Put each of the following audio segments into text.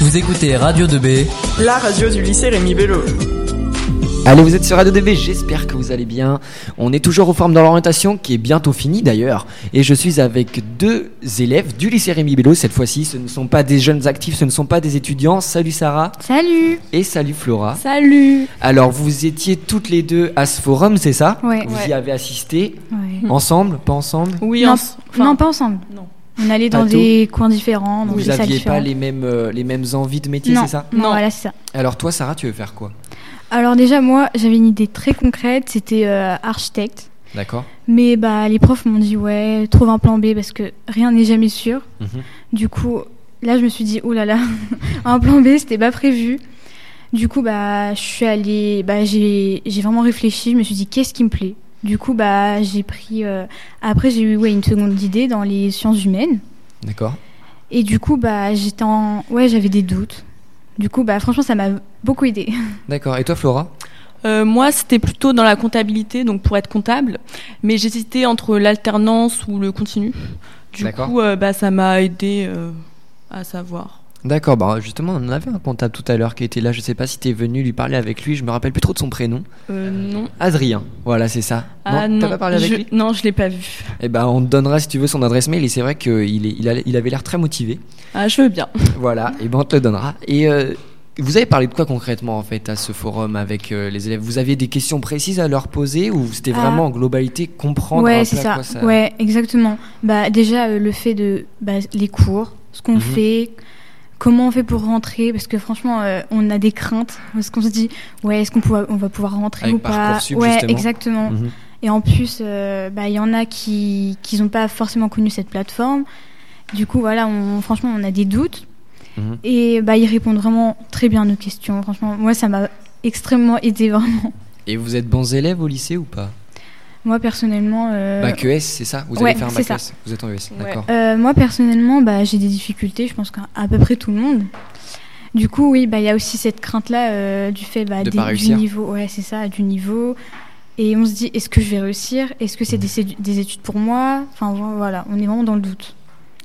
Vous écoutez Radio 2B. La radio du lycée Rémi Bello. Allez, vous êtes sur Radio DB, j'espère que vous allez bien. On est toujours aux formes dans l'orientation qui est bientôt finie d'ailleurs. Et je suis avec deux élèves du lycée Rémi Bello cette fois-ci. Ce ne sont pas des jeunes actifs, ce ne sont pas des étudiants. Salut Sarah Salut et salut Flora. Salut Alors, vous étiez toutes les deux à ce forum, c'est ça Ouais. Mm. Vous y Ouais. avez assisté Ouais. Ensemble Pas ensemble Oui, non, en s- enfin, non, pas ensemble. non. On allait Pas dans des coins différents, dans Vous des salles n'aviez pas différentes. les mêmes, euh, les mêmes envies de métier, non. c'est ça non, Non. voilà, c'est ça. Alors, toi, Sarah, tu veux faire quoi Alors déjà, moi, j'avais une idée très concrète, c'était euh, architecte. D'accord Mais bah, les profs m'ont dit, ouais, trouve un plan B parce que rien n'est jamais sûr. Mhm. Du coup, là, je me suis dit, oh là là, un plan B, c'était pas prévu. Du coup, bah, je suis allée, bah, j'ai j'ai vraiment réfléchi, je me suis dit, qu'est-ce qui me plaît Du coup, bah, j'ai pris. euh, Après, j'ai eu ouais, une seconde idée dans les sciences humaines. D'accord. Et du coup, bah, j'étais en... Ouais, j'avais des doutes. Du coup, bah, franchement, ça m'a beaucoup aidé. D'accord. Et toi, Flora Euh, moi, c'était plutôt dans la comptabilité, donc pour être comptable. Mais j'hésitais entre l'alternance ou le continu. Du D'accord. coup, euh, bah, ça m'a aidé euh, à savoir. D'accord, bah justement, on en avait un comptable tout à l'heure qui était là. Je sais pas si t'es venu lui parler avec lui. Je me rappelle plus trop de son prénom. Euh, non. Adrien. Voilà, c'est ça. Ah, non, t'as pas parlé avec je, lui Non, je l'ai pas vu. Eh ben, on te donnera si tu veux son adresse mail. Et c'est vrai qu'il est- il a- il avait l'air très motivé. Ah, je veux bien. voilà, et ben on te le donnera. Et euh, vous avez parlé de quoi concrètement en fait à ce forum avec euh, les élèves Vous aviez des questions précises à leur poser ou c'était Ah. vraiment en globalité comprendre un ouais, peu c'est à ça. quoi ça Ouais, exactement. Bah, déjà, euh, le fait de... Bah, les cours, ce qu'on Mhm. fait, comment on fait pour rentrer. Parce que franchement, euh, on a des craintes. Parce qu'on se dit, ouais, est-ce qu'on pouvoir- on va pouvoir rentrer Avec ou pas Parcoursup, Ouais, justement. exactement. Mhm. Et en plus, euh, bah, il y en a qui n'ont pas forcément connu cette plateforme. Du coup, voilà, on, franchement, on a des doutes. Mhm. Et bah, ils répondent vraiment très bien à nos questions. Franchement, moi, ça m'a extrêmement aidé. Vraiment. Et vous êtes bons élèves au lycée ou pas Moi, personnellement, euh, Bac ES, c'est ça Vous ouais, allez faire un c'est bac ça. ES Vous êtes en ES, Ouais. d'accord. euh, moi, personnellement bah, j'ai des difficultés, je pense qu'à à peu près tout le monde. Du coup, oui, bah, il y a aussi cette crainte-là euh, du fait bah, De des- pas du réussir. niveau. Ouais, c'est ça, du niveau. Et on se dit, est-ce que je vais réussir Est-ce que c'est Mhm. des, sédu- des études pour moi Enfin, vo- voilà, on est vraiment dans le doute.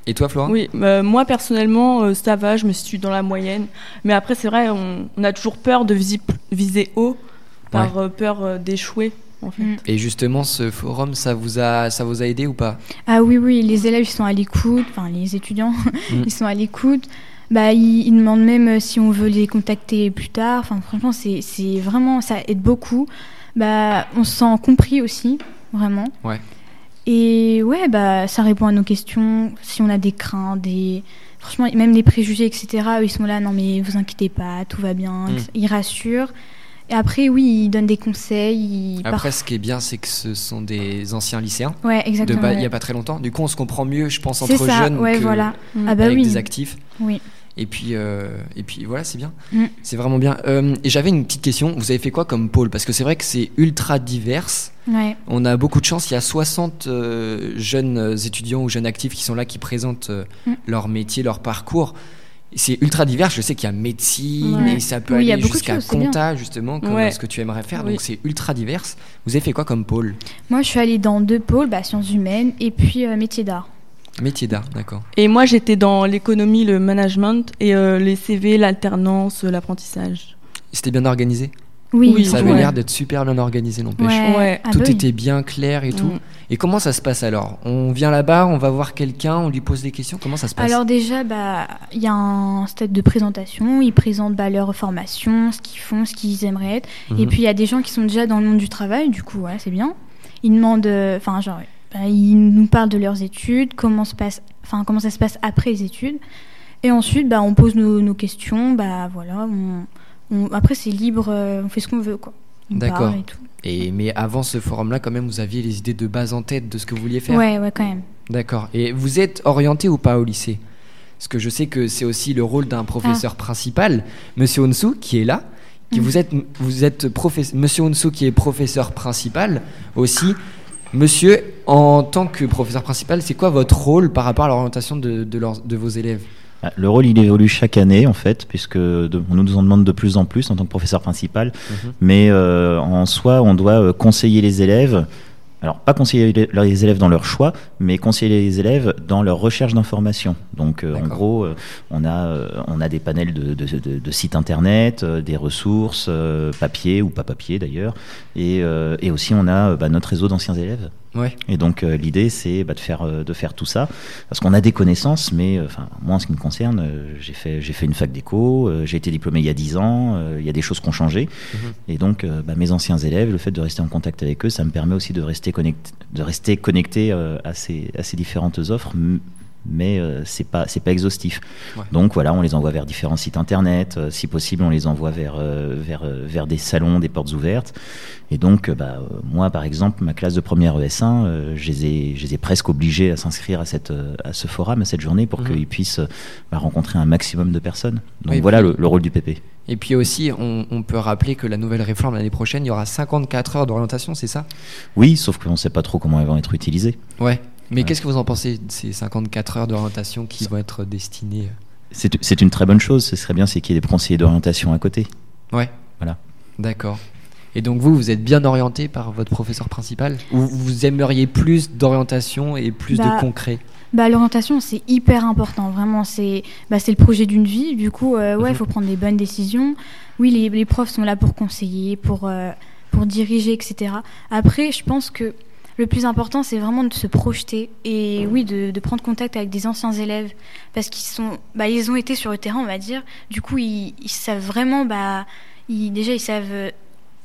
Et toi, Flora Oui, euh, moi personnellement, euh, ça va, je me situe dans la moyenne. Mais après, c'est vrai, on, on a toujours peur de visi- viser haut par euh, peur euh, d'échouer, en fait. Mm. Et justement, ce forum, ça vous a, ça vous a aidé ou pas Ah oui, oui, les élèves, ils sont à l'écoute, enfin les étudiants, Mm. ils sont à l'écoute. Bah, ils, ils demandent même euh, si on veut les contacter plus tard. Enfin, franchement, c'est c'est vraiment, ça aide beaucoup. Bah, on se sent compris aussi, vraiment. Ouais. Et ouais, bah, ça répond à nos questions. Si on a des craintes, des... franchement, même des préjugés, etc., eux, ils sont là, non mais vous inquiétez pas, tout va bien. Mm. Ils rassurent. Et après, oui, ils donnent des conseils. Ils Après, ce qui est bien, c'est que ce sont des anciens lycéens. par- ouais, De exactement. ba- il ouais. n'y a pas très longtemps. Du coup, on se comprend mieux, je pense, C'est entre ça, jeunes ouais, que voilà. Mm. Ah bah avec oui. des actifs. Oui. Et puis, euh, et puis voilà, c'est bien. Mm. C'est vraiment bien. Euh, et j'avais une petite question. Vous avez fait quoi comme pôle Parce que c'est vrai que c'est ultra diverse. Ouais. On a beaucoup de chance. Il y a 60 euh, jeunes étudiants ou jeunes actifs qui sont là, qui présentent euh, Mm. leur métier, leur parcours. C'est ultra divers. Je sais qu'il y a médecine Ouais. et ça peut Oui, il y a aller beaucoup de jusqu'à choses, c'est bien. compta, justement, comme Ouais. ce que tu aimerais faire. Oui. Donc c'est ultra divers. Vous avez fait quoi comme pôle Moi, je suis allée dans deux pôles, bah, sciences humaines et puis euh, métiers d'art. Métier d'art, d'accord. Et moi, j'étais dans l'économie, le management et euh, les CV, l'alternance, euh, l'apprentissage. C'était bien organisé Oui, Oui, Ça franchement, avait ouais. l'air d'être super bien organisé, n'empêche. Ouais. Ouais. Ah Tout bah oui. était bien clair et tout. Mm. Et comment ça se passe alors On vient là-bas, on va voir quelqu'un, on lui pose des questions. Comment ça se passe Alors déjà, bah, il y a un stade de présentation. Ils présentent bah, leur formation, ce qu'ils font, ce qu'ils aimeraient être. Et Mhm. puis il y a des gens qui sont déjà dans le monde du travail. Du coup, ouais, c'est bien. Ils demandent, euh, enfin genre, bah, ils nous parlent de leurs études, comment se passe, enfin comment ça se passe après les études. Et ensuite, bah, on pose nos, nos questions. Bah voilà. On, on- après, c'est libre. euh, on fait ce qu'on veut, quoi. On D'accord. parle et tout. Et mais avant ce forum-là, quand même, vous aviez les idées de base en tête de ce que vous vouliez faire. Ouais, ouais, quand même. D'accord. Et vous êtes orienté ou pas au lycée Parce que je sais que c'est aussi le rôle d'un professeur principal, Monsieur Onsu, qui est là. Qui Mhm. vous êtes, vous êtes professeur, Monsieur Onsu, qui est professeur principal aussi. Monsieur, en tant que professeur principal, c'est quoi votre rôle par rapport à l'orientation de, de, leurs- de vos élèves Ah, Le rôle, il évolue chaque année, en fait, puisque de- on nous en demande de plus en plus en tant que professeur principal. Mhm. Mais euh, en soi, on doit euh, conseiller les élèves, Alors, pas conseiller les- les élèves dans leur choix, mais conseiller les élèves dans leur recherche d'informations. Donc, euh, en D'accord. gros, euh, on, a, euh, on a des panels de, de- de- de sites internet, euh, des ressources, euh, papier ou pas papier d'ailleurs, et, euh, et aussi on a euh, bah, notre réseau d'anciens élèves. Ouais. Et donc euh, l'idée, c'est bah, de faire euh, de faire tout ça, parce qu'on a des connaissances, mais euh, enfin moi en ce qui me concerne, euh, j'ai fait j'ai fait une fac d'éco, euh, j'ai été diplômé il y a 10 ans, euh, il y a des choses qui ont changé, Mhm. et donc euh, bah, mes anciens élèves, le fait de rester en contact avec eux, ça me permet aussi de rester connecté de rester connecté euh, à ces à ces différentes offres. m- Mais euh, c'est pas c'est pas exhaustif. Ouais. Donc voilà, on les envoie vers différents sites internet. euh, si possible, on les envoie vers euh, vers euh, vers des salons, des portes ouvertes. Et donc, euh, bah, euh, moi, par exemple, ma classe de première ES1, euh, je, les ai, je les ai presque obligés à s'inscrire à, cette, euh, à ce forum, à cette journée, pour Mhm. qu'ils puissent euh, bah, rencontrer un maximum de personnes. Donc Oui, voilà puis- le, le rôle du PP. Et puis aussi, on, on peut rappeler que la nouvelle réforme l'année prochaine, il y aura 54 heures d'orientation, c'est ça Oui, sauf qu'on ne sait pas trop comment elles vont être utilisées. Ouais. Mais Ouais. qu'est-ce que vous en pensez de ces 54 heures d'orientation qui vont être destinées euh, C'est c'est une très bonne chose. Ce serait bien, c'est qu'il y ait des conseillers d'orientation à côté. Ouais. Voilà. D'accord. Et donc vous, vous êtes bien orienté par votre professeur principal Ou vous aimeriez plus d'orientation et plus Bah, de concret Bah, l'orientation, c'est hyper important, vraiment. C'est bah, c'est le projet d'une vie. Du coup, euh, ouais, il Mhm. faut prendre des bonnes décisions. Oui, les, les profs sont là pour conseiller, pour, euh, pour diriger, etc. Après, je pense que le plus important, c'est vraiment de se projeter et oui, de, de prendre contact avec des anciens élèves parce qu'ils sont, bah, ils ont été sur le terrain, on va dire. Du coup, ils, ils savent vraiment, bah, ils, déjà, ils savent, euh,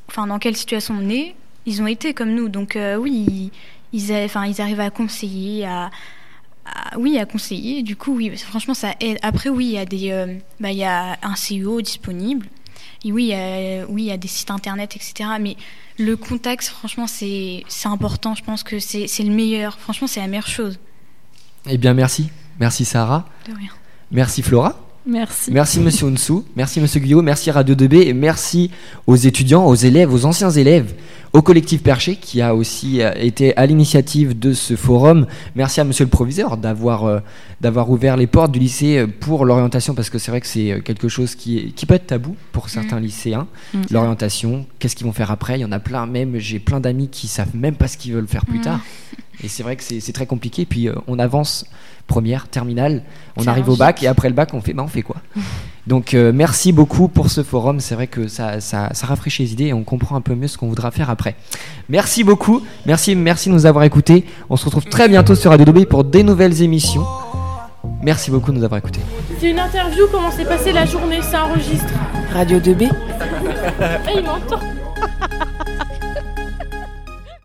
enfin, dans quelle situation on est. Ils ont été comme nous, donc euh, oui, ils, ils, a- enfin, ils arrivent à conseiller, à, ah, oui, à conseiller. Du coup, oui, franchement, ça aide. Après, oui, il y a des, euh, bah, il y a un CEO disponible. Et oui, il y a- oui, il y a des sites internet, etc. Mais le contact, franchement, c'est, c'est important. Je pense que c'est, c'est le meilleur. Franchement, c'est la meilleure chose. Eh bien merci. Merci Sarah. De rien. Merci Flora. Merci. Merci Monsieur Onsou, merci Monsieur Guyot, merci Radio 2B et merci aux étudiants, aux élèves, aux anciens élèves, au collectif Perché qui a aussi euh, été à l'initiative de ce forum. Merci à Monsieur le Proviseur d'avoir euh, d'avoir ouvert les portes du lycée euh, pour l'orientation parce que c'est vrai que c'est euh, quelque chose qui est- qui peut être tabou pour certains lycéens. Mm. L'orientation, qu'est-ce qu'ils vont faire après Il y en a plein même. J'ai plein d'amis qui savent même pas ce qu'ils veulent faire plus Mm. tard. Et c'est vrai que c'est c'est très compliqué. Puis euh, on avance première, terminale, on C'est arrive au logique. bac et après le bac on fait, bah on fait quoi donc euh, merci beaucoup pour ce forum. C'est vrai que ça, ça, ça rafraîchit les idées et on comprend un peu mieux ce qu'on voudra faire après. Merci beaucoup. Merci, merci de nous avoir écoutés. On se retrouve très bientôt sur Radio Lobby pour des nouvelles émissions. Merci beaucoup de nous avoir écoutés. C'est une interview, comment s'est passée la journée, ça enregistre. Radio 2B Et il m'entend.